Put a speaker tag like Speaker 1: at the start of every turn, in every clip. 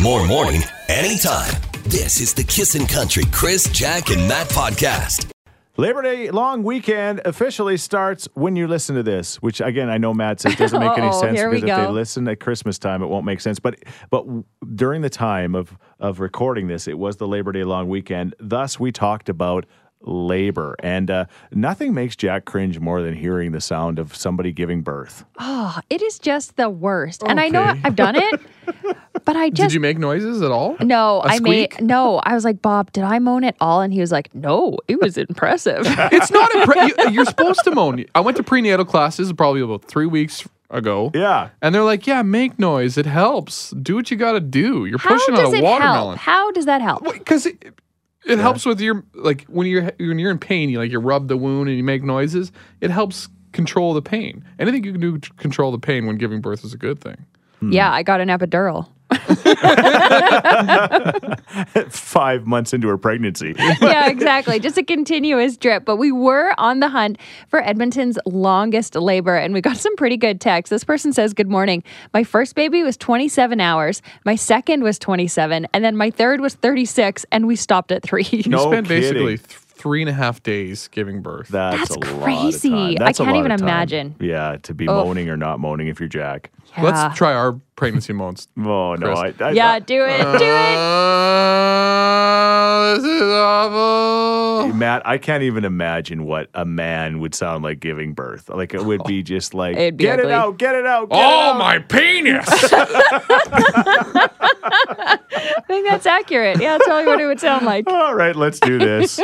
Speaker 1: more morning, anytime. This is the Kissin' Country Chris, Jack, and Matt podcast.
Speaker 2: Labor Day long weekend officially starts when you listen to this, which again I know Matt says doesn't make any
Speaker 3: Uh-oh,
Speaker 2: sense
Speaker 3: here
Speaker 2: because
Speaker 3: we
Speaker 2: if they
Speaker 3: go.
Speaker 2: listen at Christmas time it won't make sense. But but w- during the time of of recording this, it was the Labor Day long weekend. Thus, we talked about labor, and uh, nothing makes Jack cringe more than hearing the sound of somebody giving birth.
Speaker 3: Oh, it is just the worst. And I know
Speaker 4: Okay.
Speaker 3: I've done it, but I
Speaker 4: Did
Speaker 3: just
Speaker 4: you make noises at all?
Speaker 3: no.
Speaker 4: A
Speaker 3: I made
Speaker 4: squeak?
Speaker 3: no. I was like, Bob, did I moan at all? And he was like, No, it was impressive.
Speaker 4: It's not a pre- you, you're supposed to moan. I went to prenatal classes probably about three weeks ago.
Speaker 2: Yeah,
Speaker 4: And they're like, yeah, make noise. It helps. Do what you got to do. You're
Speaker 3: How
Speaker 4: pushing
Speaker 3: does
Speaker 4: on a
Speaker 3: it help?
Speaker 4: watermelon.
Speaker 3: How does that help?
Speaker 4: Because it, it helps with your, like, when you're when you're in pain, you like you rub the wound and you make noises. It helps control the pain. Anything you can do to control the pain when giving birth is a good thing.
Speaker 3: Yeah,
Speaker 4: Hmm.
Speaker 3: I got an epidural.
Speaker 2: five months into her pregnancy.
Speaker 3: yeah, exactly. Just a continuous drip. But we were on the hunt for Edmonton's longest labor, and we got some pretty good texts. This person says, Good morning. My first baby was 27 hours, my second was 27, and then my third was 36, and we stopped at three.
Speaker 4: You
Speaker 2: No
Speaker 4: spend basically
Speaker 2: kidding.
Speaker 4: th- three and a half days giving birth.
Speaker 2: That's,
Speaker 3: That's
Speaker 2: a lot of
Speaker 3: crazy.
Speaker 2: time.
Speaker 3: I
Speaker 2: That's a
Speaker 3: can't
Speaker 2: lot
Speaker 3: even
Speaker 2: of time.
Speaker 3: imagine.
Speaker 2: Yeah, to be
Speaker 3: Oof.
Speaker 2: moaning or not moaning if you're Jack.
Speaker 3: Yeah.
Speaker 4: Let's try our pregnancy moans.
Speaker 2: Oh no, I,
Speaker 4: Chris.
Speaker 2: I,
Speaker 3: yeah, do it. Do it.
Speaker 4: Uh, this is awful.
Speaker 2: Matt, I can't even imagine what a man would sound like giving birth. Like it would be just like
Speaker 3: It'd be
Speaker 2: get it
Speaker 3: ugly.
Speaker 2: out, get it out, get
Speaker 4: Oh
Speaker 2: it out.
Speaker 4: my penis!
Speaker 3: I think that's accurate. Yeah, that's probably what it would sound like.
Speaker 2: All right, let's do this.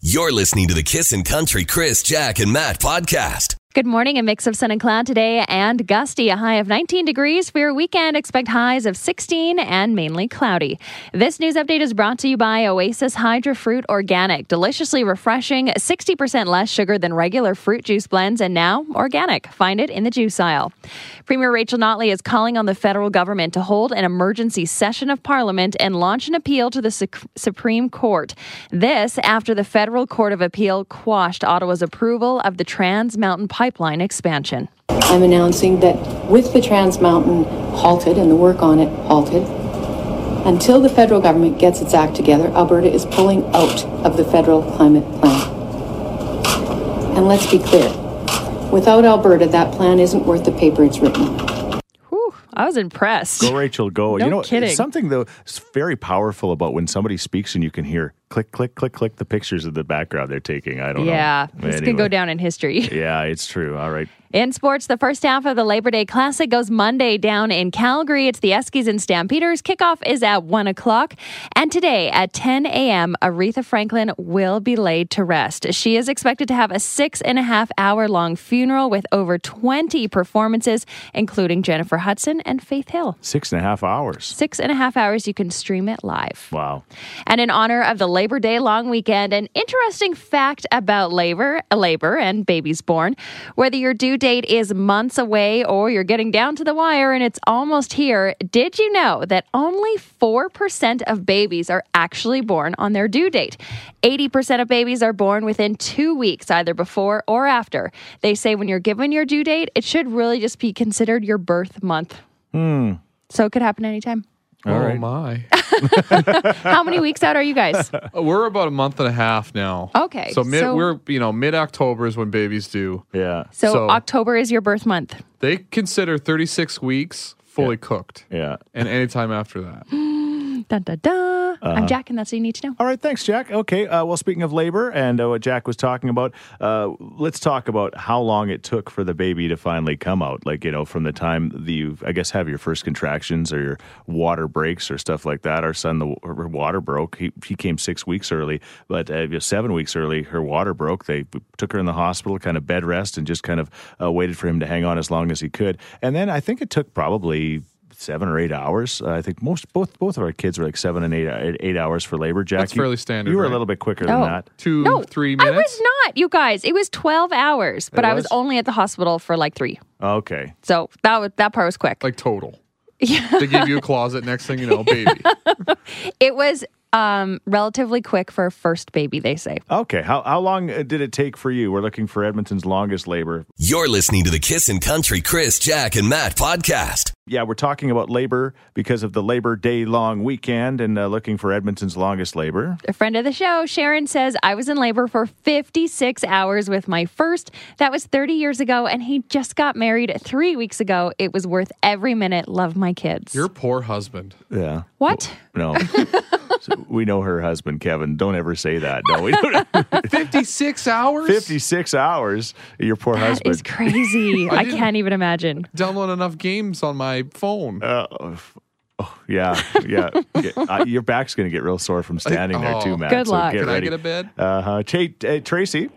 Speaker 1: You're listening to the Kissin' Country Chris, Jack, and Matt podcast.
Speaker 3: Good morning. A mix of sun and cloud today and gusty. A high of 19 degrees for your weekend. Expect highs of 16 and mainly cloudy. This news update is brought to you by Oasis Hydra Fruit Organic. Deliciously refreshing, 60% less sugar than regular fruit juice blends, and now organic. Find it in the juice aisle. Premier Rachel Notley is calling on the federal government to hold an emergency session of parliament and launch an appeal to the Suc- Supreme Court. This after the federal court of appeal quashed Ottawa's approval of the Trans Mountain Pipeline expansion.
Speaker 5: I'm announcing that with the Trans Mountain halted and the work on it halted, until the federal government gets its act together, Alberta is pulling out of the federal climate plan. And let's be clear, without Alberta, that plan isn't worth the paper it's written on.
Speaker 3: Whew, I was impressed.
Speaker 2: Go, Rachel, go.
Speaker 3: No
Speaker 2: you know,
Speaker 3: kidding.
Speaker 2: something though is very powerful about when somebody speaks and you can hear click, click, click, click the pictures of the background they're taking. I don't
Speaker 3: Yeah,
Speaker 2: know.
Speaker 3: this could
Speaker 2: Anyway.
Speaker 3: go down in history.
Speaker 2: Yeah, it's true. All right.
Speaker 3: In sports, the first half of the Labor Day Classic goes Monday down in Calgary. It's the Eskies and Stampeders. Kickoff is at 1 o'clock. And today at 10 a.m., Aretha Franklin will be laid to rest. She is expected to have a six and a half hour long funeral with over 20 performances, including Jennifer Hudson and Faith Hill.
Speaker 2: Six and a half hours.
Speaker 3: Six and a half hours. You can stream it live.
Speaker 2: Wow.
Speaker 3: And in honor of the Labor Day long weekend, an interesting fact about labor, labor and babies born. Whether your due date is months away or you're getting down to the wire and it's almost here, did you know that only 4% of babies are actually born on their due date? 80% of babies are born within 2 weeks either before or after. They say when you're given your due date, it should really just be considered your birth month. So it could happen anytime.
Speaker 4: oh
Speaker 2: right.
Speaker 4: my!
Speaker 3: How many weeks out are you guys?
Speaker 4: Uh, We're about a month and a half now.
Speaker 3: Okay,
Speaker 4: So mid,
Speaker 3: so-
Speaker 4: we're you know mid October is when babies do.
Speaker 2: Yeah.
Speaker 3: So,
Speaker 4: So-
Speaker 3: October is your birth month.
Speaker 4: They consider 36 weeks fully cooked,
Speaker 2: Yeah.
Speaker 4: and any time after that.
Speaker 3: Dun, dun, dun.
Speaker 4: Uh-huh.
Speaker 3: I'm Jack, and that's what you need to know.
Speaker 2: All right, thanks, Jack. Okay, uh, well, speaking of labor and uh, what Jack was talking about, uh, let's talk about how long it took for the baby to finally come out. Like, you know, from the time that you, I guess, have your first contractions or your water breaks or stuff like that. Our son, the w- her water broke. He, he came six weeks early, but uh, yeah, seven weeks early, her water broke. They took her in the hospital, kind of bed rest, and just kind of uh, waited for him to hang on as long as he could. And then I think it took probably seven or eight hours. Uh, I think most both both of our kids were like seven and eight eight, eight hours for labor. Jack,
Speaker 4: That's fairly standard,
Speaker 2: You were a
Speaker 4: right?
Speaker 2: little bit quicker than
Speaker 3: Oh.
Speaker 2: that.
Speaker 4: Two, three
Speaker 3: I was
Speaker 4: minutes.
Speaker 3: not, you guys. It was 12 hours, but I was
Speaker 2: was?
Speaker 3: only at the hospital for like three.
Speaker 2: Okay,
Speaker 3: So that was, that part was quick.
Speaker 4: like total. Yeah. They give you a closet. Next thing you know, baby.
Speaker 3: it was um, relatively quick for a first baby, they say.
Speaker 2: okay. How how long uh, did it take for you? We're looking for Edmonton's longest labor.
Speaker 1: You're listening to the Kissin' Country Chris, Jack, and Matt podcast.
Speaker 2: yeah, we're talking about labor because of the Labor Day long weekend and uh, looking for Edmonton's longest labor.
Speaker 3: A friend of the show, Sharon says, I was in labor for 56 hours with my first. That was 30 years ago, and he just got married three weeks ago. It was worth every minute. Love my kids.
Speaker 4: Your poor husband.
Speaker 2: Yeah.
Speaker 3: what?
Speaker 2: No. So we know her husband, Kevin. Don't ever say that. No, we don't.
Speaker 4: 56 hours?
Speaker 2: 56 hours, your poor
Speaker 3: That
Speaker 2: husband.
Speaker 3: is crazy. I can't even imagine.
Speaker 4: Download enough games on my phone.
Speaker 2: Uh, oh, yeah, yeah. Get- uh, your back's going to get real sore from standing there, too,
Speaker 4: Oh.
Speaker 2: Matt.
Speaker 3: Good
Speaker 2: so
Speaker 3: luck.
Speaker 2: Get
Speaker 4: Can I
Speaker 2: ready.
Speaker 4: get a bed?
Speaker 2: Uh-huh. Cha- uh, Tracy,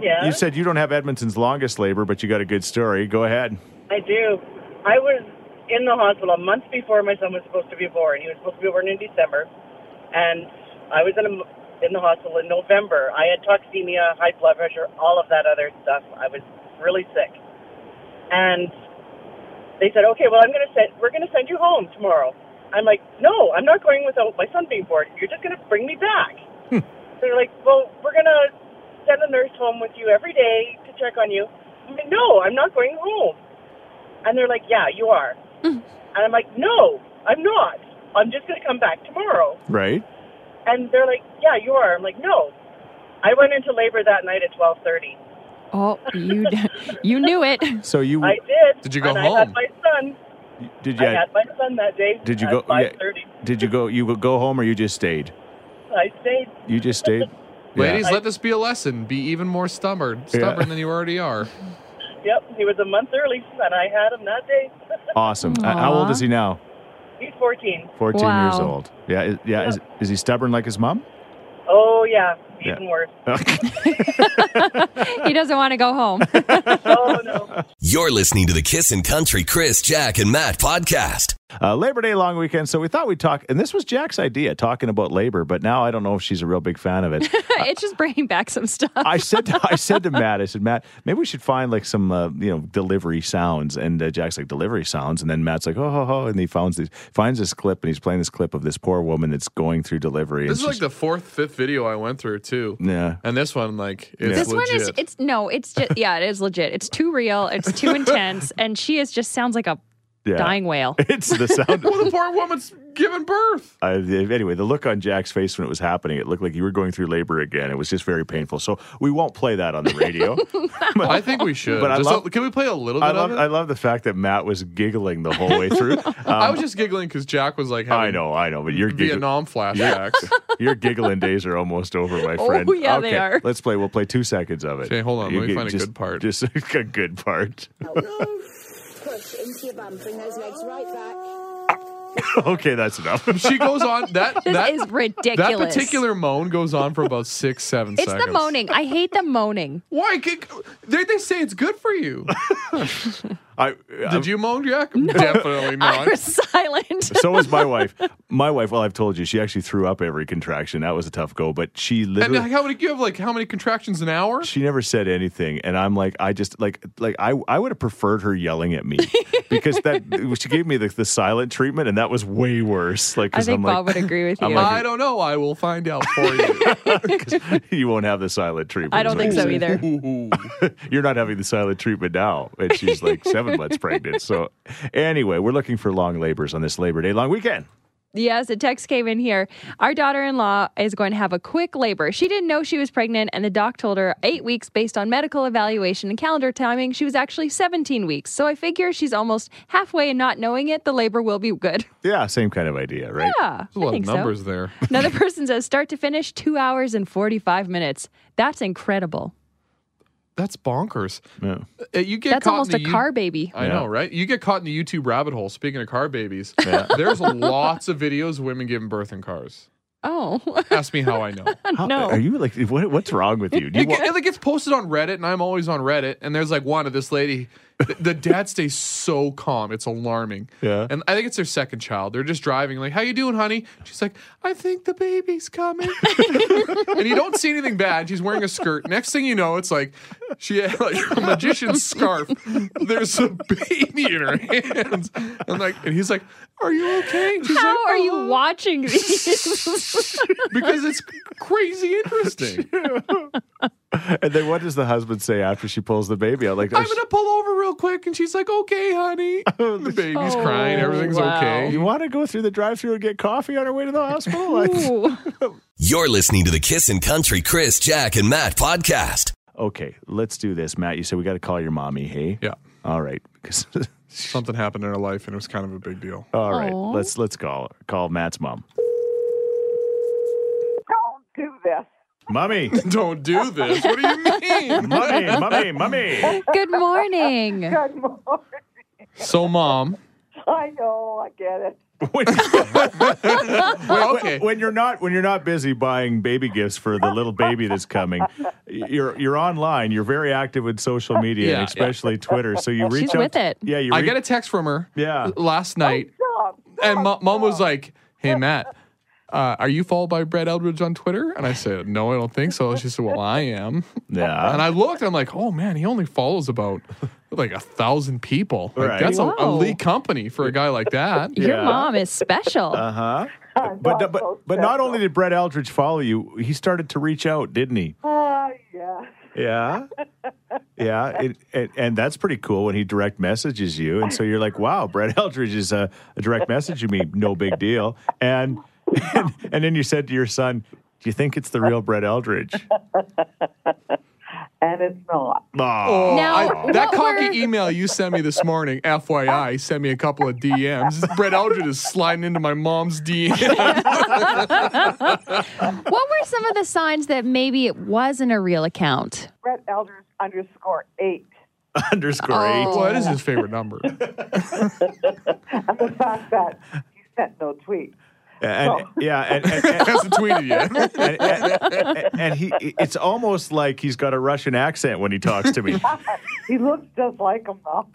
Speaker 6: Yeah,
Speaker 2: you said you don't have Edmonton's longest labor, but you got a good story. Go ahead.
Speaker 6: I do. I was in the hospital a month before my son was supposed to be born. He was supposed to be born in December, and I was in a, in the hospital in November. I had toxemia, high blood pressure, all of that other stuff. I was really sick, and they said, "Okay, well, I'm going to send we're going to send you home tomorrow." I'm like, "No, I'm not going without my son being born. You're just going to bring me back." They're like, "Well, we're going to send a nurse home with you every day to check on you." I'm like, "No, I'm not going home." And they're like, "Yeah, you are."
Speaker 2: Mm.
Speaker 6: And I'm like, "No, I'm not. I'm just going to come back tomorrow."
Speaker 2: Right?
Speaker 6: And they're like, "Yeah, you are." I'm like, "No." I went into labor that night at 12:30.
Speaker 3: Oh, you you knew it.
Speaker 2: So you
Speaker 6: I did.
Speaker 4: Did you go
Speaker 6: and I had
Speaker 4: home?
Speaker 6: my son.
Speaker 2: did
Speaker 6: I
Speaker 2: you
Speaker 6: had my son that day.
Speaker 2: did you
Speaker 6: at
Speaker 2: go yeah,
Speaker 6: 5:30.
Speaker 2: did you go you would go home or you just stayed?
Speaker 6: I stayed.
Speaker 2: You just stayed. Yeah.
Speaker 4: Ladies, let this be a lesson. Be even more stubborn, stubborn than you already are.
Speaker 6: Yep, he was a month early, and I had him that day.
Speaker 2: Awesome. Uh, how old
Speaker 3: Aw.
Speaker 2: is he now?
Speaker 6: He's 14.
Speaker 2: 14 years
Speaker 3: Wow.
Speaker 2: old. Yeah, is, yeah, is, is he stubborn like his mom?
Speaker 6: Oh yeah,
Speaker 2: Yeah.
Speaker 6: even worse.
Speaker 3: He doesn't want to go home.
Speaker 6: Oh no.
Speaker 1: You're listening to the Kissin' Country Chris, Jack, and Matt podcast.
Speaker 2: Uh, labor Day long weekend, so we thought we'd talk, and this was Jack's idea, talking about labor, but now I don't know if she's a real big fan of it.
Speaker 3: it's just bringing back some stuff.
Speaker 2: I said to, I said to Matt, I said, Matt, maybe we should find like some uh, you know delivery sounds. And uh, Jack's like delivery sounds, and then Matt's like, oh, ho, ho, and he finds this finds this clip, and he's playing this clip of this poor woman that's going through delivery.
Speaker 4: This is
Speaker 2: and
Speaker 4: like the fourth, fifth video I went through, too.
Speaker 2: Yeah.
Speaker 4: And this one, like, it's
Speaker 3: This
Speaker 4: legit.
Speaker 3: one is it's no, it's just yeah, it is legit. It's too real, it's too intense, and she is just sounds like a
Speaker 2: the
Speaker 3: dying whale.
Speaker 2: It's the sound.
Speaker 4: well, the poor woman's giving birth.
Speaker 2: I, anyway, the look on Jack's face when it was happening, it looked like you were going through labor again. It was just very painful. So we won't play that on the radio.
Speaker 4: I think we should.
Speaker 2: But I
Speaker 4: Just
Speaker 2: love-
Speaker 4: a- can we play a little bit
Speaker 2: I love
Speaker 4: of it?
Speaker 2: I love the fact that Matt was giggling the whole way through. Um,
Speaker 4: I was just giggling because Jack was like, having
Speaker 2: I know, I know, but you're giggling.
Speaker 4: Vietnam flashbacks.
Speaker 2: Your giggling days are almost over, my
Speaker 3: Oh,
Speaker 2: friend.
Speaker 3: yeah, they are.
Speaker 2: Let's play. We'll play two seconds of it.
Speaker 4: Okay, hold on. Let me
Speaker 2: get-
Speaker 4: find a
Speaker 2: just-
Speaker 4: good part.
Speaker 2: Just a good part.
Speaker 7: Push into your bum. Bring those legs right back.
Speaker 2: okay, that's enough.
Speaker 4: she goes on that
Speaker 3: This
Speaker 4: that
Speaker 3: is
Speaker 4: that
Speaker 3: ridiculous.
Speaker 4: particular moan goes on for about six, seven
Speaker 3: it's
Speaker 4: seconds.
Speaker 3: the moaning. I hate the moaning.
Speaker 4: Why? Can- They, they say it's good for you.
Speaker 2: I, uh,
Speaker 4: Did you moan, Jack? Definitely
Speaker 3: I
Speaker 4: not.
Speaker 3: was silent.
Speaker 2: so was my wife. My wife. Well, I've told you, she actually threw up every contraction. That was a tough go, but she
Speaker 4: and uh,
Speaker 2: literally.
Speaker 4: like, how many? You have like how many contractions an hour?
Speaker 2: she never said anything and i'm like i just like like i i would have preferred her yelling at me because that she gave me the, the silent treatment and that was way worse like
Speaker 3: I
Speaker 2: 'cause
Speaker 3: think
Speaker 2: i'm like
Speaker 3: Bob would agree with you.
Speaker 2: I'm like-
Speaker 4: I don't know. I will find out for you.
Speaker 2: 'Cause you won't have the silent treatment.
Speaker 3: I
Speaker 2: is
Speaker 3: don't
Speaker 2: what you're
Speaker 3: think so either.
Speaker 2: saying. You're not having the silent treatment now. And she's like seven months pregnant. So, anyway, we're looking for long labors on this Labor Day long weekend.
Speaker 3: Yes, a text came in here. Our daughter in law is going to have a quick labor. She didn't know she was pregnant, and the doc told her eight weeks based on medical evaluation and calendar timing. She was actually 17 weeks. So I figure she's almost halfway and not knowing it, the labor will be good.
Speaker 2: Yeah, same kind of idea, right?
Speaker 3: Yeah,
Speaker 4: There's
Speaker 3: I
Speaker 4: a lot of
Speaker 3: think
Speaker 4: numbers
Speaker 3: so.
Speaker 4: there.
Speaker 3: Another person says start to finish, two hours and 45 minutes. That's incredible.
Speaker 4: That's bonkers.
Speaker 2: Yeah.
Speaker 4: Uh, You get
Speaker 3: That's
Speaker 4: caught
Speaker 3: almost
Speaker 4: in
Speaker 3: a
Speaker 4: the U-
Speaker 3: car baby.
Speaker 4: I
Speaker 2: Yeah.
Speaker 4: know, right? You get caught in the YouTube rabbit hole. Speaking of car babies, there's lots of videos of women giving birth in cars.
Speaker 3: Oh,
Speaker 4: Ask me how I know.
Speaker 2: How-
Speaker 3: No.
Speaker 2: Are you like, what, what's wrong with you? Do you
Speaker 4: It, get- it gets posted on Reddit, and I'm always on Reddit. And there's like one of this lady. The, the dad stays so calm; it's alarming.
Speaker 2: Yeah.
Speaker 4: And I think it's their second child. They're just driving, like, "How you doing, honey?" She's like, "I think the baby's coming." and you don't see anything bad. She's wearing a skirt. Next thing you know, it's like she had like a magician's scarf. There's a baby in her hands. And like, and he's like, "Are you okay?" And she's like,
Speaker 3: how are
Speaker 4: "Oh."
Speaker 3: you watching these?
Speaker 4: Because it's crazy interesting.
Speaker 2: And then what does the husband say after she pulls the baby out? Like, oh,
Speaker 4: I'm gonna pull over real quick, and she's like, "Okay, honey." the baby's crying.
Speaker 3: Oh,
Speaker 4: Everything's
Speaker 3: wow.
Speaker 4: okay.
Speaker 2: you want to go through the drive-through and get coffee on her way to the hospital? Like,
Speaker 3: Ooh.
Speaker 1: You're listening to the Kissin' Country Chris, Jack, and Matt podcast.
Speaker 2: okay, let's do this, Matt. You said we got to call your mommy. Hey.
Speaker 4: Yeah.
Speaker 2: All right. 'Cause-
Speaker 4: Something happened in her life, and it was kind of a big deal.
Speaker 2: all right.
Speaker 3: Aw.
Speaker 2: Let's let's call call Matt's mom.
Speaker 8: Don't do this.
Speaker 2: Mommy,
Speaker 4: Don't do this. What do you mean?
Speaker 2: mommy, mommy, mommy.
Speaker 3: Good morning.
Speaker 8: Good morning.
Speaker 4: so, mom.
Speaker 8: I know, I get it.
Speaker 2: When,
Speaker 4: Wait, okay.
Speaker 2: when you're not when you're not busy buying baby gifts for the little baby that's coming, you're you're online. You're very active with social media,
Speaker 4: Yeah,
Speaker 2: and
Speaker 4: yeah.
Speaker 2: especially Twitter. So you reach
Speaker 3: She's
Speaker 2: out.
Speaker 3: with
Speaker 2: to-
Speaker 3: it.
Speaker 2: Yeah, you.
Speaker 4: I
Speaker 2: reach-
Speaker 4: got a text from her
Speaker 2: Yeah.
Speaker 4: last night,
Speaker 3: Oh,
Speaker 8: Stop.
Speaker 4: and mo- mom was like, "Hey, Matt." Uh, are you followed by Brad Eldridge on Twitter? And I said, No, I don't think so. She said, Well, I am.
Speaker 2: Yeah.
Speaker 4: And I looked, and I'm like, oh man, he only follows about like a thousand people. Like,
Speaker 2: Right.
Speaker 4: That's a, a
Speaker 3: Wow.
Speaker 4: elite company for a guy like that.
Speaker 2: Yeah.
Speaker 3: Your mom is special.
Speaker 2: Uh huh.
Speaker 8: I'm
Speaker 2: But
Speaker 8: not
Speaker 2: but
Speaker 8: so
Speaker 2: but not
Speaker 8: special.
Speaker 2: only did Brett Eldridge follow you, he started to reach out, didn't he?
Speaker 8: Ah, yeah.
Speaker 2: Yeah. Yeah, it, it, and that's pretty cool when he direct messages you, and so you're like, "Wow, Brett Eldridge is a, a direct message to me, no big deal." And, and then you said to your son, "Do you think it's the real Brett Eldridge?"
Speaker 8: And it's not.
Speaker 2: Aw.
Speaker 3: Now,
Speaker 4: Oh, that
Speaker 3: what
Speaker 4: cocky
Speaker 3: were-
Speaker 4: email you sent me this morning, FYI, sent me a couple of DMs. Brett Eldridge is sliding into my mom's
Speaker 2: Oh.
Speaker 4: DM.
Speaker 3: What were some of the signs that maybe it wasn't a real account?
Speaker 8: Brett Elders underscore eight.
Speaker 2: underscore
Speaker 3: Oh.
Speaker 4: what is his favorite number?
Speaker 8: And the fact that he sent no tweet.
Speaker 2: eight, and, yeah, and, and, and,
Speaker 4: Hasn't tweeted yet.
Speaker 2: and, and- and he, it's almost like he's got a Russian accent when he talks to me.
Speaker 8: He looks just like him though.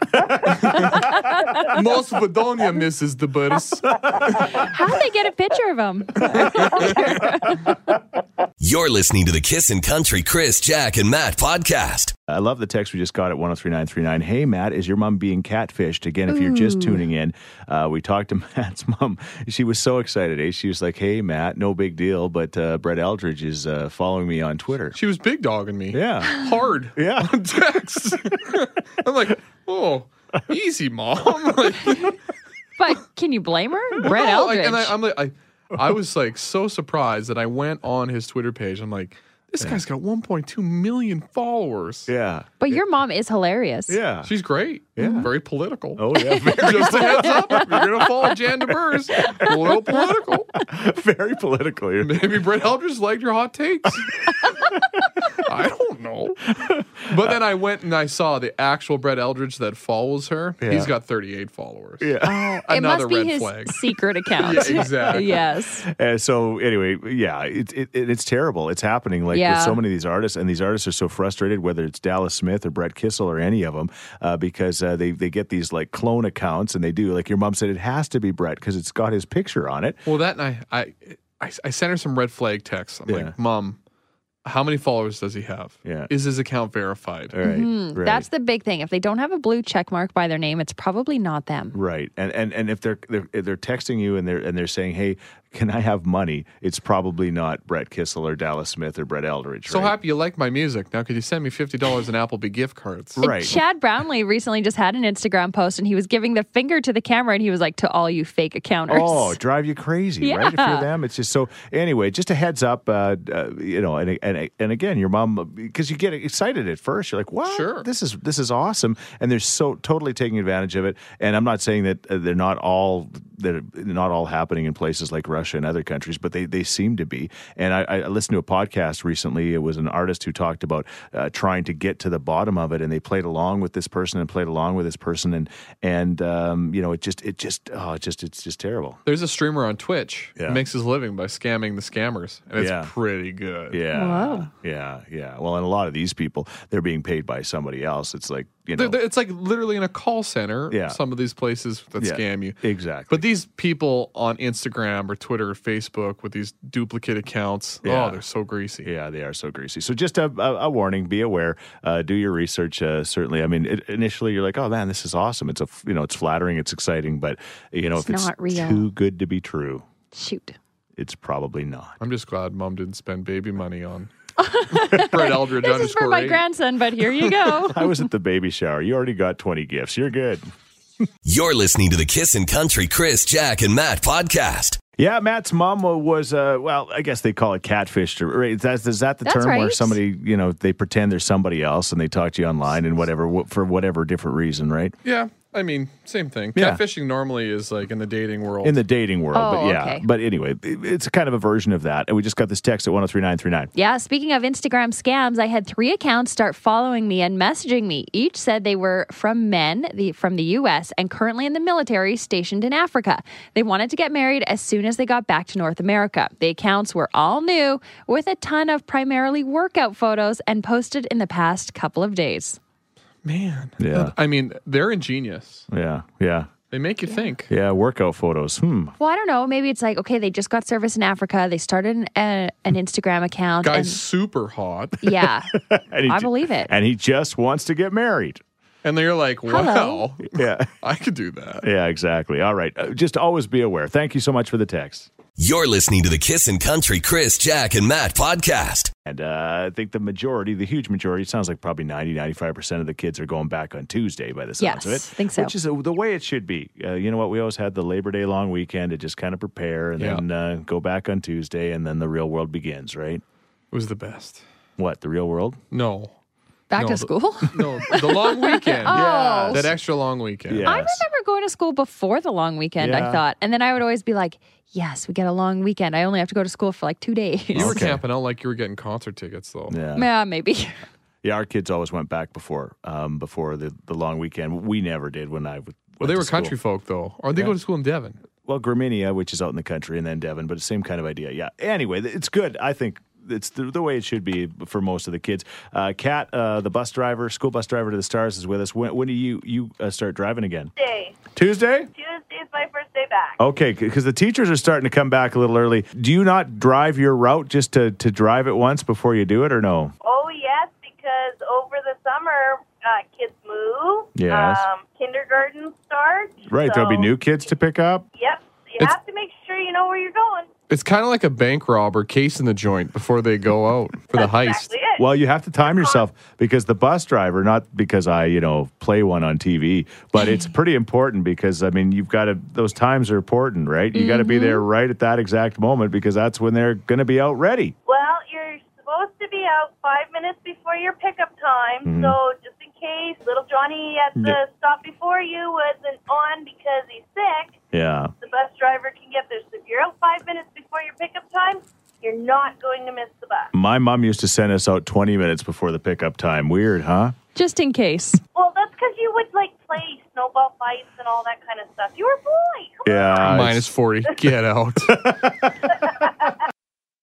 Speaker 4: Most of Adonia misses the birds.
Speaker 3: How did they get a picture of him?
Speaker 1: You're listening to the Kissin' Country Chris, Jack, and Matt podcast.
Speaker 2: I love the text we just got at 103939. Hey, Matt, is your mom being catfished? Again, if you're just tuning in, uh, we talked to Matt's mom. She was so excited. Eh? She was like, hey, Matt, no big deal, but uh, Brett Eldridge is uh, following me on Twitter.
Speaker 4: She was big dogging me.
Speaker 2: Yeah.
Speaker 4: Hard.
Speaker 2: Yeah.
Speaker 4: on text. I'm like, oh, easy, mom. Like,
Speaker 3: But can you blame her? Brett
Speaker 4: No, like,
Speaker 3: Eldridge.
Speaker 4: and I, I'm like, I, I was like so surprised that I went on his Twitter page. I'm like, this guy's got 1.2 million followers.
Speaker 2: Yeah.
Speaker 3: but your mom is hilarious.
Speaker 2: Yeah.
Speaker 4: She's great. Yeah. Very political.
Speaker 2: Oh, yeah. Very,
Speaker 4: Just a heads up, if you're gonna follow Jan DeBurs, a little political.
Speaker 2: very political. You're-
Speaker 4: Maybe Brett Eldridge liked your hot takes. I don't know. But then I went and I saw the actual Brett Eldridge that follows her.
Speaker 2: Yeah.
Speaker 4: He's got 38 followers.
Speaker 2: Yeah.
Speaker 3: Oh, It
Speaker 4: Another
Speaker 3: must be
Speaker 4: red
Speaker 3: his
Speaker 4: flag.
Speaker 3: secret account.
Speaker 4: Yeah, exactly.
Speaker 3: yes.
Speaker 2: Uh, so anyway, yeah, it, it, it- it's terrible. It's happening like
Speaker 3: Yeah.
Speaker 2: with so many of these artists, and these artists are so frustrated, whether it's Dallas Smith or Brett Kissel or any of them, uh, because uh, they they get these like clone accounts, and they do like your mom said, it has to be Brett because it's got his picture on it.
Speaker 4: Well, that and I, I, I, I sent her some red flag texts. I'm
Speaker 2: Yeah.
Speaker 4: like, Mom, how many followers does he have?
Speaker 2: Yeah.
Speaker 4: Is his account verified?
Speaker 2: Right, right.
Speaker 3: That's the big thing. If they don't have a blue check mark by their name, it's probably not them.
Speaker 2: Right, and and and if they're, they're if they're texting you and they're and they're saying, "Hey, can I have money?" It's probably not Brett Kissel or Dallas Smith or Brett Eldridge.
Speaker 4: So
Speaker 2: right?
Speaker 4: happy you like my music. Now, could you send me fifty dollars in Applebee gift cards?
Speaker 2: Right.
Speaker 3: Chad Brownlee recently just had an Instagram post and he was giving the finger to the camera and he was like, to all you fake accounters.
Speaker 2: Oh, drive you crazy, right? If you're
Speaker 3: Yeah.
Speaker 2: them, it's just so. Anyway, just a heads up, uh, uh, you know, and and and again, your mom because you get excited at first, you're like, "What?
Speaker 4: Sure.
Speaker 2: This is this is awesome," and they're so totally taking advantage of it. And I'm not saying that uh, they're not all they're not all happening in places like Russia and other countries, but they they seem to be. And I, I listened to a podcast recently. It was an artist who talked about uh, trying to get to the bottom of it, and they played along with this person and played along with this person, and and um, you know, it just it just oh, it just it's just terrible.
Speaker 4: There's a streamer on Twitch
Speaker 2: Yeah.
Speaker 4: who makes his living by scamming the scammers, and it's
Speaker 2: Yeah.
Speaker 4: pretty good.
Speaker 2: Yeah.
Speaker 3: Wow.
Speaker 2: Yeah. Yeah. Well, and a lot of these people, they're being paid by somebody else. It's like, you know,
Speaker 4: They're- they're- it's like literally in a call center.
Speaker 2: Yeah.
Speaker 4: Some of these places that
Speaker 2: Yeah,
Speaker 4: scam you.
Speaker 2: exactly.
Speaker 4: But these people on Instagram or Twitter or Facebook with these duplicate accounts,
Speaker 2: Yeah.
Speaker 4: oh, they're so greasy.
Speaker 2: yeah, they are so greasy. So just a, a, a warning: be aware. Uh, do your research. Uh, certainly, I mean, it, initially you're like, "Oh man, this is awesome." It's a, f- you know, it's flattering, it's exciting, but you know,
Speaker 3: It's
Speaker 2: if it's
Speaker 3: not real.
Speaker 2: too good to be true,
Speaker 3: Shoot.
Speaker 2: it's probably not.
Speaker 4: I'm just glad mom didn't spend baby money on Fred Eldridge
Speaker 3: This is for
Speaker 4: underscore
Speaker 3: my
Speaker 4: eight.
Speaker 3: grandson, but here you go.
Speaker 2: I was at the baby shower. You already got 20 gifts. You're good.
Speaker 1: You're listening to the Kissin' Country Chris, Jack, and Matt podcast.
Speaker 2: Yeah, Matt's mom was uh, well, I guess they call it catfished. Or, right? Is that, is that the
Speaker 3: That's
Speaker 2: term where
Speaker 3: right.
Speaker 2: somebody, you know, they pretend they're somebody else and they talk to you online and whatever wh- for whatever different reason, right?
Speaker 4: Yeah, I mean, same thing.
Speaker 2: Yeah.
Speaker 4: Catfishing normally is like in the dating world.
Speaker 2: In the dating world, but
Speaker 3: Oh,
Speaker 2: yeah.
Speaker 3: okay.
Speaker 2: But anyway, it- it's kind of a version of that. And we just got this text at 103939.
Speaker 3: Yeah, speaking of Instagram scams, I had three accounts start following me and messaging me. Each said they were from men the, from the US and currently in the military stationed in Africa. They wanted to get married as soon as they got back to North America. The accounts were all new with a ton of primarily workout photos and posted in the past couple of days.
Speaker 4: Man,
Speaker 2: Yeah.
Speaker 4: I mean, they're ingenious.
Speaker 2: Yeah, yeah,
Speaker 4: They make you think.
Speaker 2: yeah. Workout photos. Hmm.
Speaker 3: Well, I don't know. Maybe it's like, okay, they just got service in Africa. They started an, uh, an Instagram account.
Speaker 4: Guy's super hot,
Speaker 3: And, yeah.
Speaker 2: And he
Speaker 3: I
Speaker 2: ju-
Speaker 3: believe it.
Speaker 2: And he just wants to get married.
Speaker 4: and they're like,
Speaker 3: Hello.
Speaker 4: "Wow,
Speaker 2: Yeah,
Speaker 4: I could do that."
Speaker 2: yeah, exactly. All right. Uh, Just always be aware. Thank you so much for the text.
Speaker 1: You're listening to the Kissin' Country Chris, Jack, and Matt podcast.
Speaker 2: And uh, I think the majority, the huge majority, it sounds like probably 90, 95% of the kids are going back on Tuesday by the sounds of it.
Speaker 3: Yes, think so.
Speaker 2: Which is uh the way it should be. Uh, you know what? We always had the Labor Day long weekend to just kind of prepare and
Speaker 4: Yeah.
Speaker 2: then uh, go back on Tuesday and then the real world begins, right?
Speaker 4: It was the best.
Speaker 2: What, the real world?
Speaker 4: No,
Speaker 3: Back
Speaker 4: No,
Speaker 3: to
Speaker 4: the-
Speaker 3: school?
Speaker 4: no, the long weekend.
Speaker 3: Oh.
Speaker 4: That extra long weekend.
Speaker 2: Yeah.
Speaker 3: I remember going to school before the long weekend,
Speaker 2: Yeah.
Speaker 3: I thought. And then I would always be like, yes, we get a long weekend. I only have to go to school for like two days.
Speaker 4: You were
Speaker 2: Okay.
Speaker 4: camping out like you were getting concert tickets, though.
Speaker 2: Yeah.
Speaker 3: yeah, maybe.
Speaker 2: Yeah, our kids always went back before um, before the, the long weekend. We never did when I was.
Speaker 4: Well, they were country folk, though. Or they go to school in Devon.
Speaker 2: well, Graminia, which is out in the country, and then Devon, but same kind of idea. Yeah. Anyway, th- it's good. I think it's the, the way it should be for most of the kids. Uh, Kat, uh, the bus driver, school bus driver to the stars, is with us. When, when do you you uh, start driving again?
Speaker 9: Tuesday.
Speaker 2: Tuesday.
Speaker 9: Tuesday's my first day back.
Speaker 2: Okay, because the teachers are starting to come back a little early. Do you not drive your route just to, to drive it once before you do it, or no?
Speaker 9: Oh yes, because over the summer uh, kids move.
Speaker 2: Yes.
Speaker 9: Um, kindergarten starts.
Speaker 2: Right, there'll be
Speaker 9: so-
Speaker 2: new kids to pick up.
Speaker 9: Yep. You
Speaker 4: It's-
Speaker 9: have to make sure you know where you're going.
Speaker 4: It's kind of like a bank robber casing the joint before they go out for the heist.
Speaker 9: Exactly it.
Speaker 2: Well, you have to time yourself because the bus driver, not because I, you know, play one on TV, but it's pretty important because I mean, you've got to those times are important, right? You got to be there right at that exact moment because that's when they're going to be out ready.
Speaker 9: Well, you're supposed to be out five minutes before your pickup time.
Speaker 2: Mm-hmm.
Speaker 9: So just in case little Johnny at the stop before you wasn't on because he's sick,
Speaker 2: Yeah.
Speaker 9: the bus driver can get there. So if you're out five minutes before your pickup time, you're not going to miss the bus.
Speaker 2: My mom used to send us out 20 minutes before the pickup time. Weird, huh?
Speaker 3: Just in case.
Speaker 9: Well, that's because you would like play snowball fights and all that kind of stuff. You were a boy. Come
Speaker 2: Yeah. it's-
Speaker 4: Minus 40. Get out.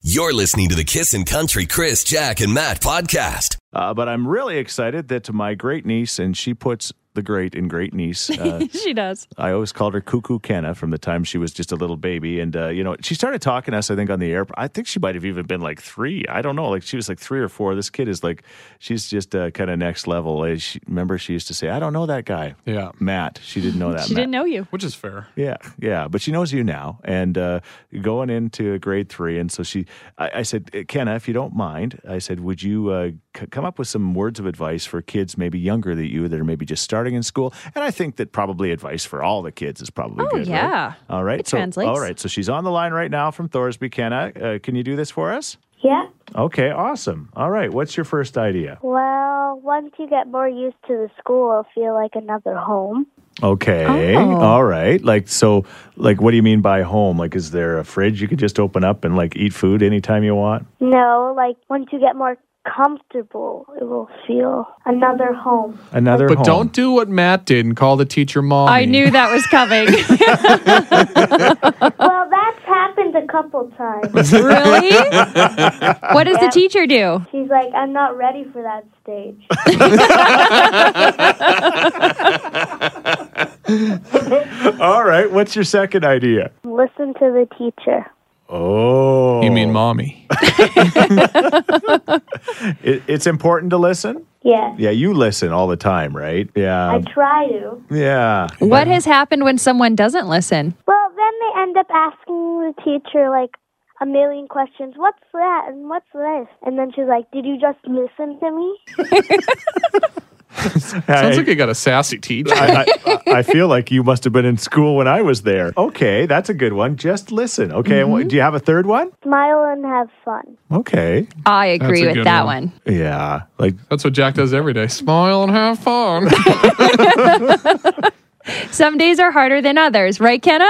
Speaker 1: You're listening to the Kissin' Country Chris, Jack, and Matt podcast.
Speaker 2: Uh, but I'm really excited that my great niece, and she puts the great and great niece uh,
Speaker 3: she does.
Speaker 2: I always called her Cuckoo Kenna from the time she was just a little baby. And, uh, you know, she started talking to us, I think, on the air. I think she might have even been like three. I don't know. Like, she was like three or four. This kid is like, she's just uh, kind of next level. Uh, She, remember, she used to say, I don't know that guy.
Speaker 4: Yeah.
Speaker 2: Matt. She didn't know that
Speaker 3: She
Speaker 2: Matt.
Speaker 3: didn't know you.
Speaker 4: Which is fair.
Speaker 2: Yeah, yeah, but she knows you now, and uh, going into grade three, and so she, I, I said, "Eh, Kenna, if you don't mind, I said, would you uh, c- come up with some words of advice for kids maybe younger than you that are maybe just starting in school? And I think that probably advice for all the kids is probably
Speaker 3: Oh,
Speaker 2: good. right?
Speaker 3: yeah.
Speaker 2: all right,
Speaker 3: It
Speaker 2: so
Speaker 3: translates.
Speaker 2: all right, so she's on the line right now from Thorsby, Kenna. Uh, can you do this for us?
Speaker 10: Yeah.
Speaker 2: Okay, awesome. All right, what's your first idea?
Speaker 10: Well, once you get more used to the school, it'll feel like another home.
Speaker 2: Okay,
Speaker 3: Oh.
Speaker 2: all right. Like so, like what do you mean by home? Like, is there a fridge you could just open up and like eat food anytime you want?
Speaker 10: No, like once you get more comfortable, it will feel another home.
Speaker 2: Another
Speaker 4: But
Speaker 2: home.
Speaker 4: don't do what Matt did and call the teacher mom.
Speaker 3: I knew that was coming.
Speaker 10: well, that's happened a couple times.
Speaker 3: really? What does the teacher do?
Speaker 10: She's like, I'm not ready for that stage.
Speaker 2: All right. What's your second idea?
Speaker 10: Listen to the teacher.
Speaker 2: Oh,
Speaker 4: You mean mommy?
Speaker 2: It, it's important to listen.
Speaker 10: Yes.
Speaker 2: Yeah, you listen all the time, right?
Speaker 10: I
Speaker 2: Yeah,
Speaker 10: try to.
Speaker 2: yeah.
Speaker 3: What has happened when someone doesn't listen?
Speaker 10: Well, then they end up asking the teacher, like, a million questions. What's that? And what's this? And then she's like, Did you just listen to me?
Speaker 4: Sounds like you got a sassy teacher.
Speaker 2: I, I, I feel like you must have been in school when I was there. Okay, that's a good one. Just listen. Okay, and what- do you have a third one?
Speaker 10: Smile and have fun.
Speaker 2: Okay.
Speaker 3: I
Speaker 4: That's
Speaker 3: agree
Speaker 4: a
Speaker 3: with
Speaker 4: good
Speaker 3: that
Speaker 4: one.
Speaker 3: one.
Speaker 2: Yeah, like
Speaker 4: That's what Jack does every day. Smile and have fun.
Speaker 3: Some days are harder than others, right, Kenna?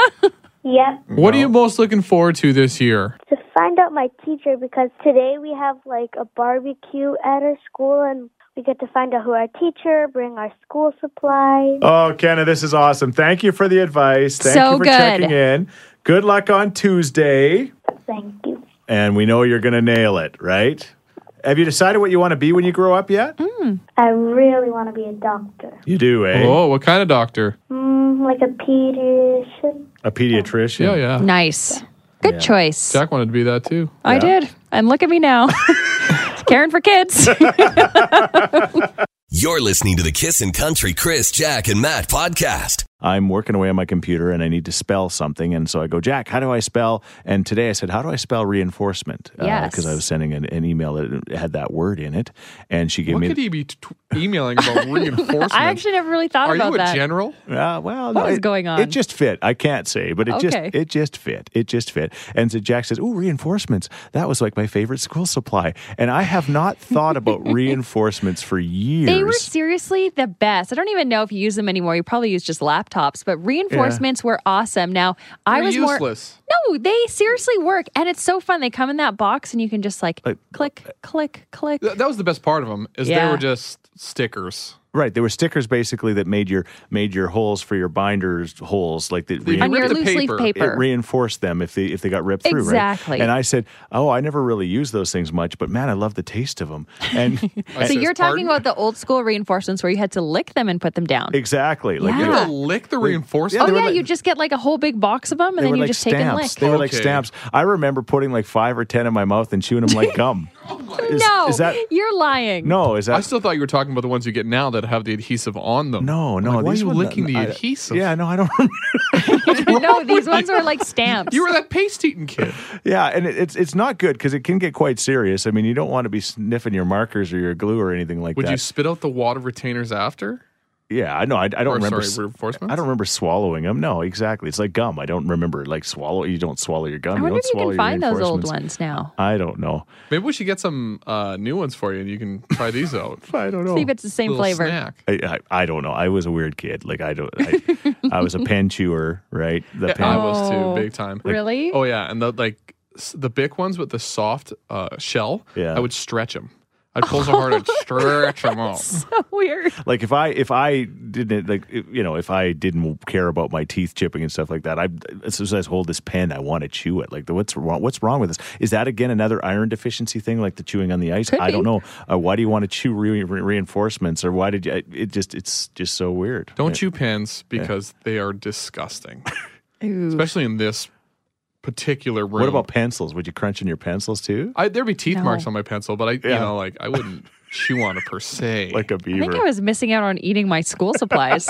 Speaker 10: Yep.
Speaker 4: What are you most looking forward to this year?
Speaker 10: To find out my teacher because today we have like a barbecue at our school and we get to find out who our teacher, bring our school supplies.
Speaker 2: Oh, Kenna, this is awesome. Thank you for the advice. Thank
Speaker 3: So
Speaker 2: you for
Speaker 3: good.
Speaker 2: checking in. Good luck on Tuesday.
Speaker 10: Thank you.
Speaker 2: And we know you're going to nail it, right? Have you decided what you want to be when you grow up yet?
Speaker 3: Hmm?
Speaker 10: I really want to be a doctor.
Speaker 2: You do, eh?
Speaker 4: Oh, what kind of doctor?
Speaker 2: Hmm.
Speaker 10: Mm, like a pediatrician.
Speaker 2: A pediatrician.
Speaker 4: Yeah, yeah.
Speaker 3: Nice. Good choice.
Speaker 4: Jack wanted to be that too.
Speaker 3: I did. And look at me now. Caring for kids.
Speaker 1: You're listening to the Kissin' Country Chris, Jack, and Matt podcast.
Speaker 2: I'm working away on my computer and I need to spell something. And so I go, Jack, how do I spell? And today I said, how do I spell reinforcement?
Speaker 3: Yes.
Speaker 2: Because I was sending an, an email that had that word in it. And she gave
Speaker 4: What
Speaker 2: me.
Speaker 4: could he be t- emailing about reinforcement?
Speaker 3: I actually never really thought
Speaker 4: Are
Speaker 3: about
Speaker 4: you a
Speaker 3: that.
Speaker 4: general?
Speaker 2: Uh, well, no,
Speaker 3: What is
Speaker 2: it-
Speaker 3: going on?
Speaker 2: It just fit. I can't say, but it just
Speaker 3: Okay.
Speaker 2: it just fit. It just fit. And so Jack says, "Ooh, reinforcements. That was like my favorite school supply." And I have not thought about reinforcements for years.
Speaker 3: They were seriously the best. I don't even know if you use them anymore. You probably use just laptops, but reinforcements were awesome. Now, I
Speaker 4: You're
Speaker 3: was more.
Speaker 4: useless.
Speaker 3: No, they seriously work. And it's so fun. They come in that box and you can just like,
Speaker 2: Like- uh,
Speaker 3: click, click, click.
Speaker 4: Th- that was the best part of them is
Speaker 3: Yeah.
Speaker 4: they were just stickers.
Speaker 2: right. They were stickers basically that made your made your holes for your binders holes like the.
Speaker 4: you
Speaker 3: on your
Speaker 4: ripped the
Speaker 3: loose leaf
Speaker 4: paper.
Speaker 3: paper.
Speaker 2: It reinforced them if they if they got ripped through,
Speaker 3: Exactly.
Speaker 2: right? And I said, "Oh, I never really used those things much, but man, I love the taste of them." And
Speaker 4: I
Speaker 3: so
Speaker 4: says,
Speaker 3: you're talking
Speaker 4: "Pardon?"
Speaker 3: about the old school reinforcements where you had to lick them and put them down.
Speaker 2: exactly, like
Speaker 3: Yeah.
Speaker 4: You
Speaker 2: it-
Speaker 4: had to lick the reinforcement.
Speaker 2: they
Speaker 3: oh
Speaker 2: were
Speaker 3: yeah,
Speaker 2: like-
Speaker 3: you just get like a whole big box of them and
Speaker 2: they
Speaker 3: then
Speaker 2: were
Speaker 3: you
Speaker 2: like
Speaker 3: just take and lick.
Speaker 2: stamps. They were like
Speaker 4: Okay.
Speaker 2: stamps. I remember putting like five or ten in my mouth and chewing them like gum. Is-
Speaker 3: no,
Speaker 2: is that
Speaker 3: you're lying.
Speaker 2: no? Is
Speaker 4: I
Speaker 2: that
Speaker 4: still thought you were talking about the ones you get now that have the adhesive on them.
Speaker 2: no?
Speaker 4: I'm
Speaker 2: No.
Speaker 4: like, why are
Speaker 2: these
Speaker 4: you
Speaker 2: ones-
Speaker 4: licking the
Speaker 2: I-
Speaker 4: adhesive?
Speaker 2: Yeah, no, I don't. Remember.
Speaker 3: no, these ones are like stamps.
Speaker 4: You were that paste eating kid.
Speaker 2: Yeah, and it, it's it's not good because it can get quite serious. I mean, you don't want to be sniffing your markers or your glue or anything like
Speaker 4: Would
Speaker 2: that.
Speaker 4: you spit out the water retainers after?
Speaker 2: yeah, I know. I, I don't
Speaker 4: Or,
Speaker 2: remember.
Speaker 4: sorry,
Speaker 2: s-
Speaker 4: reinforcements?
Speaker 2: I don't remember swallowing them. No, exactly. It's like gum. I don't remember like swallow. You don't swallow your gum.
Speaker 3: I wonder
Speaker 2: don't
Speaker 3: if you
Speaker 2: swallow
Speaker 3: can
Speaker 2: your
Speaker 3: find those old
Speaker 2: reinforcements.
Speaker 3: ones now.
Speaker 2: I don't know.
Speaker 4: Maybe we should get some uh, new ones for you, and you can try these out.
Speaker 2: I don't know.
Speaker 3: See if it's the same
Speaker 4: Little
Speaker 3: flavor.
Speaker 4: snack.
Speaker 2: I, I, I don't know. I was a weird kid. Like I don't. I, I was a pen chewer, right? The
Speaker 4: Yeah, I
Speaker 2: pen.
Speaker 4: was
Speaker 3: Oh,
Speaker 4: too, big time.
Speaker 3: really?
Speaker 4: Oh yeah, and the like s- the big ones with the soft uh, shell.
Speaker 2: Yeah.
Speaker 4: I would stretch them. I'd pull so hard, I'd stretch them out.
Speaker 3: Weird.
Speaker 2: Like if I if I didn't like if- you know if I didn't care about my teeth chipping and stuff like that, I as soon as I hold this pen, I want to chew it. Like what's wrong? What's wrong with this? Is that again another iron deficiency thing? Like the chewing on the ice?
Speaker 3: Could
Speaker 2: I
Speaker 3: be.
Speaker 2: don't know. Uh, why do you want to chew re- re- reinforcements or why did you? It just it's just so weird.
Speaker 4: Don't chew pins because they are disgusting,
Speaker 3: Ooh.
Speaker 4: especially in this particular room.
Speaker 2: What about pencils? Would you crunch in your pencils too?
Speaker 4: I, there'd be teeth
Speaker 3: No.
Speaker 4: marks on my pencil, but I, you
Speaker 2: Yeah.
Speaker 4: know, like I wouldn't chew on it per se.
Speaker 2: Like a
Speaker 3: I
Speaker 2: beaver.
Speaker 3: think I was missing out on eating my school supplies.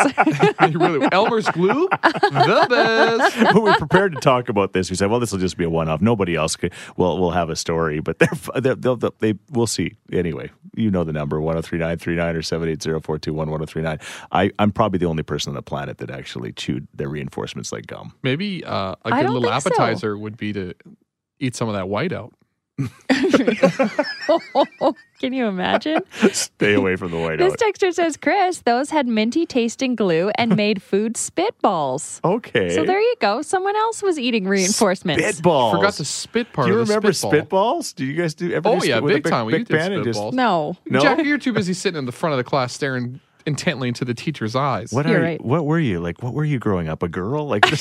Speaker 4: You really, Elmer's glue, the best.
Speaker 2: when we prepared to talk about this, we said, "Well, this will just be a one-off. Nobody else could. Well, we'll have a story, but they're, they're, they'll, they'll, they we'll see anyway. You know the number one zero three nine three nine or seven eight zero four two one one zero three nine. I I'm probably the only person on the planet that actually chewed their reinforcements like gum.
Speaker 4: Maybe uh, a
Speaker 3: I
Speaker 4: good
Speaker 3: don't
Speaker 4: little
Speaker 3: think so.
Speaker 4: appetizer would be to eat some of that white out.
Speaker 3: Can you imagine?
Speaker 2: Stay away from the white
Speaker 3: This
Speaker 2: out.
Speaker 3: texture says, Chris, those had minty tasting glue and made food spit balls.
Speaker 2: Okay.
Speaker 3: So there you go. Someone else was eating reinforcements.
Speaker 2: spit balls.
Speaker 4: Forgot the spit part.
Speaker 2: Do you
Speaker 4: of the
Speaker 2: remember
Speaker 4: spitball.
Speaker 2: spitballs? Do you guys do ever?
Speaker 4: Oh
Speaker 2: do
Speaker 4: yeah,
Speaker 2: spit with a
Speaker 4: big time. We
Speaker 2: Big
Speaker 4: did
Speaker 2: pan and just
Speaker 4: spitballs.
Speaker 3: No.
Speaker 2: no.
Speaker 4: Jack, you're too busy sitting in the front of the class staring intently into the teacher's eyes.
Speaker 2: What
Speaker 3: You're
Speaker 2: are
Speaker 3: right.
Speaker 2: you, what were you like? What were you growing up? A girl like this?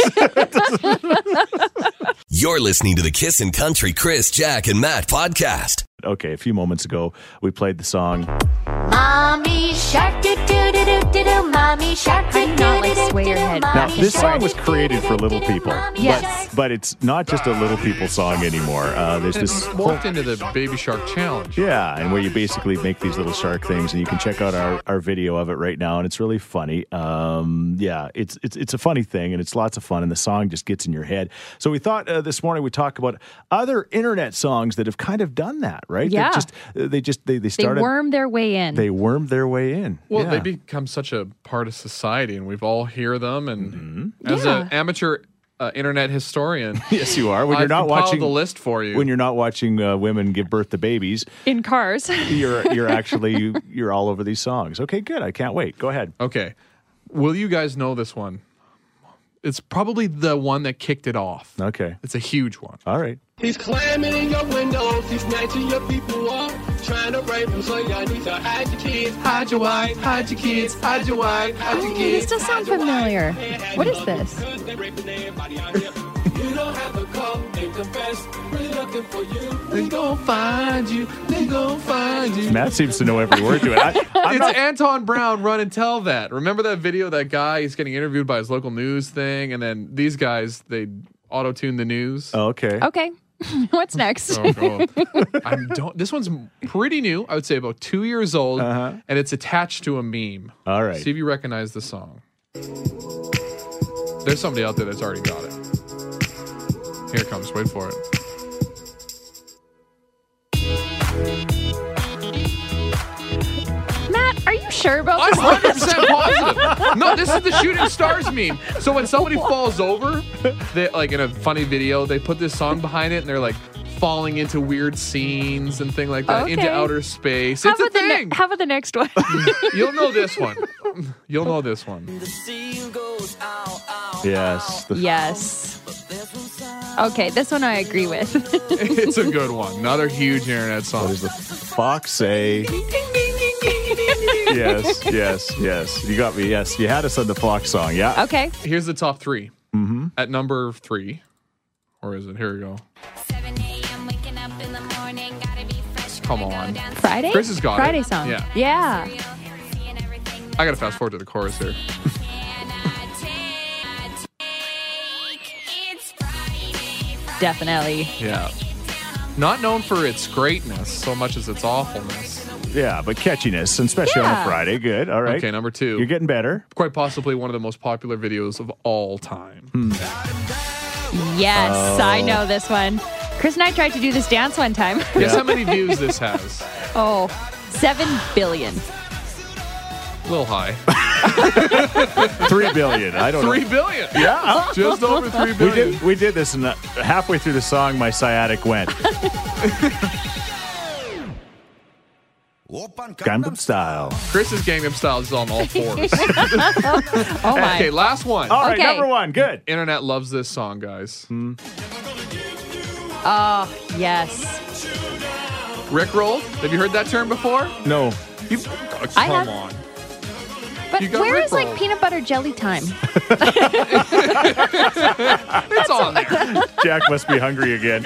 Speaker 1: You're listening to the Kissin' Country Chris, Jack, and Matt podcast.
Speaker 2: okay, a few moments ago, we played the song.
Speaker 11: Mommy shark, do do do do do do. Mommy shark, do do
Speaker 3: not, like, sway your head
Speaker 2: Now,
Speaker 3: back and
Speaker 2: this song
Speaker 3: forth.
Speaker 2: was created for little people.
Speaker 3: Yes.
Speaker 2: But, but it's not just a little people song anymore. Uh, there's
Speaker 4: And it
Speaker 2: this whole
Speaker 4: morphed into the Baby Shark Challenge.
Speaker 2: Yeah, and where you basically make these little shark things, and you can check out our, our video of it right now, and it's really funny. Um, yeah, it's it's it's a funny thing, and it's lots of fun, and the song just gets in your head. So we thought uh, this morning we talk about other internet songs that have kind of done that, right? They
Speaker 3: Yeah.
Speaker 2: just uh, they just they they
Speaker 3: They
Speaker 2: started
Speaker 3: worm their way in.
Speaker 2: they wormed their way in.
Speaker 4: Well,
Speaker 2: yeah.
Speaker 4: they become such a part of society, and we've all hear them. And as
Speaker 3: Yeah.
Speaker 4: an amateur uh, internet historian,
Speaker 2: Mm-hmm. yes, you are when you're
Speaker 4: I've
Speaker 2: not
Speaker 4: compiled
Speaker 2: watching
Speaker 4: the list for you.
Speaker 2: when you're not watching uh, women give birth to babies.
Speaker 3: in cars.
Speaker 2: You're you're actually you're all over these songs. Okay, good. I can't wait. Go ahead.
Speaker 4: okay, will you guys know this one? It's probably the one that kicked it off.
Speaker 2: Okay.
Speaker 4: It's a huge one.
Speaker 2: All right.
Speaker 12: He's climbing in your windows, he's snatching your people up, trying to rape them, so y'all need to hide your kids, hide your wife, hide your kids, hide your wife, hide your
Speaker 3: Hey, this
Speaker 12: kids.
Speaker 3: does sound familiar. What is this?
Speaker 12: You don't have to come and confess, we're looking for you. They gon' find you, they gon' find you.
Speaker 2: Matt seems to know every word to it. I, I'm
Speaker 4: it's
Speaker 2: not
Speaker 4: Anton Brown. Run and tell that. Remember that video? That guy. He's getting interviewed by his local news thing, and then these guys they auto tune the news.
Speaker 2: Okay.
Speaker 3: Okay. What's next?
Speaker 4: Oh, God. I don't. This one's pretty new. I would say about two years old, and it's attached to a meme.
Speaker 2: Uh-huh. All right.
Speaker 4: See if you recognize the song. There's somebody out there that's already got it. Here it comes. Wait for it.
Speaker 3: Matt, are you sure about
Speaker 4: I'm
Speaker 3: this?
Speaker 4: 100 percent positive. No, this is the shooting stars meme. So when somebody falls over, they like in a funny video, they put this song behind it, and they're like falling into weird scenes and thing like that into
Speaker 3: Okay.
Speaker 4: outer space.
Speaker 3: How
Speaker 4: it's a
Speaker 3: about, the ne-
Speaker 4: thing.
Speaker 3: how about the next one?
Speaker 4: You'll know this one. You'll know this one.
Speaker 2: Yes. The,
Speaker 3: yes. Okay, this one I agree with.
Speaker 4: it's a good one. Another huge internet song.
Speaker 2: What is the fox say? yes, yes, yes. You got me. Yes, you had us on the fox song. Yeah.
Speaker 3: okay.
Speaker 4: Here's the top 3 Mm-hmm. At number three, or is it? Here we go. Come on.
Speaker 3: Friday?
Speaker 4: Chris has got it.
Speaker 3: Friday song.
Speaker 4: Yeah.
Speaker 3: Yeah.
Speaker 4: I gotta fast forward to the chorus here.
Speaker 3: Definitely.
Speaker 4: Yeah. Not known for its greatness so much as its awfulness.
Speaker 2: Yeah, but catchiness, and especially on
Speaker 3: Yeah.
Speaker 2: a Friday. Good. All right.
Speaker 4: Okay, number two.
Speaker 2: You're getting better.
Speaker 4: Quite possibly one of the most popular videos of all time.
Speaker 2: Hmm.
Speaker 3: Yes, I
Speaker 4: Oh.
Speaker 3: know this one. Chris and I tried to do this dance one time.
Speaker 4: Guess how many views this has?
Speaker 3: oh, seven billion.
Speaker 4: A little high.
Speaker 2: Three billion. I don't
Speaker 4: Three
Speaker 2: know.
Speaker 4: billion.
Speaker 2: Yeah.
Speaker 4: Just over three
Speaker 2: We
Speaker 4: billion.
Speaker 2: did, we did this, and uh, halfway through the song, my sciatic went. Gundam style.
Speaker 4: Chris's Gangnam Style is on all fours.
Speaker 3: Oh my.
Speaker 4: okay, last one.
Speaker 2: All right, Hmm.
Speaker 3: Okay.
Speaker 2: number one. Good.
Speaker 4: Internet loves this song, guys.
Speaker 3: Oh, yes.
Speaker 4: Rick rolled. Have you heard that term before?
Speaker 2: No.
Speaker 4: You oh, come
Speaker 3: I have.
Speaker 4: on.
Speaker 3: But
Speaker 4: You got
Speaker 3: where
Speaker 4: Rick
Speaker 3: is like
Speaker 4: rolled.
Speaker 3: peanut butter jelly time?
Speaker 4: It's on there.
Speaker 2: Jack must be hungry again.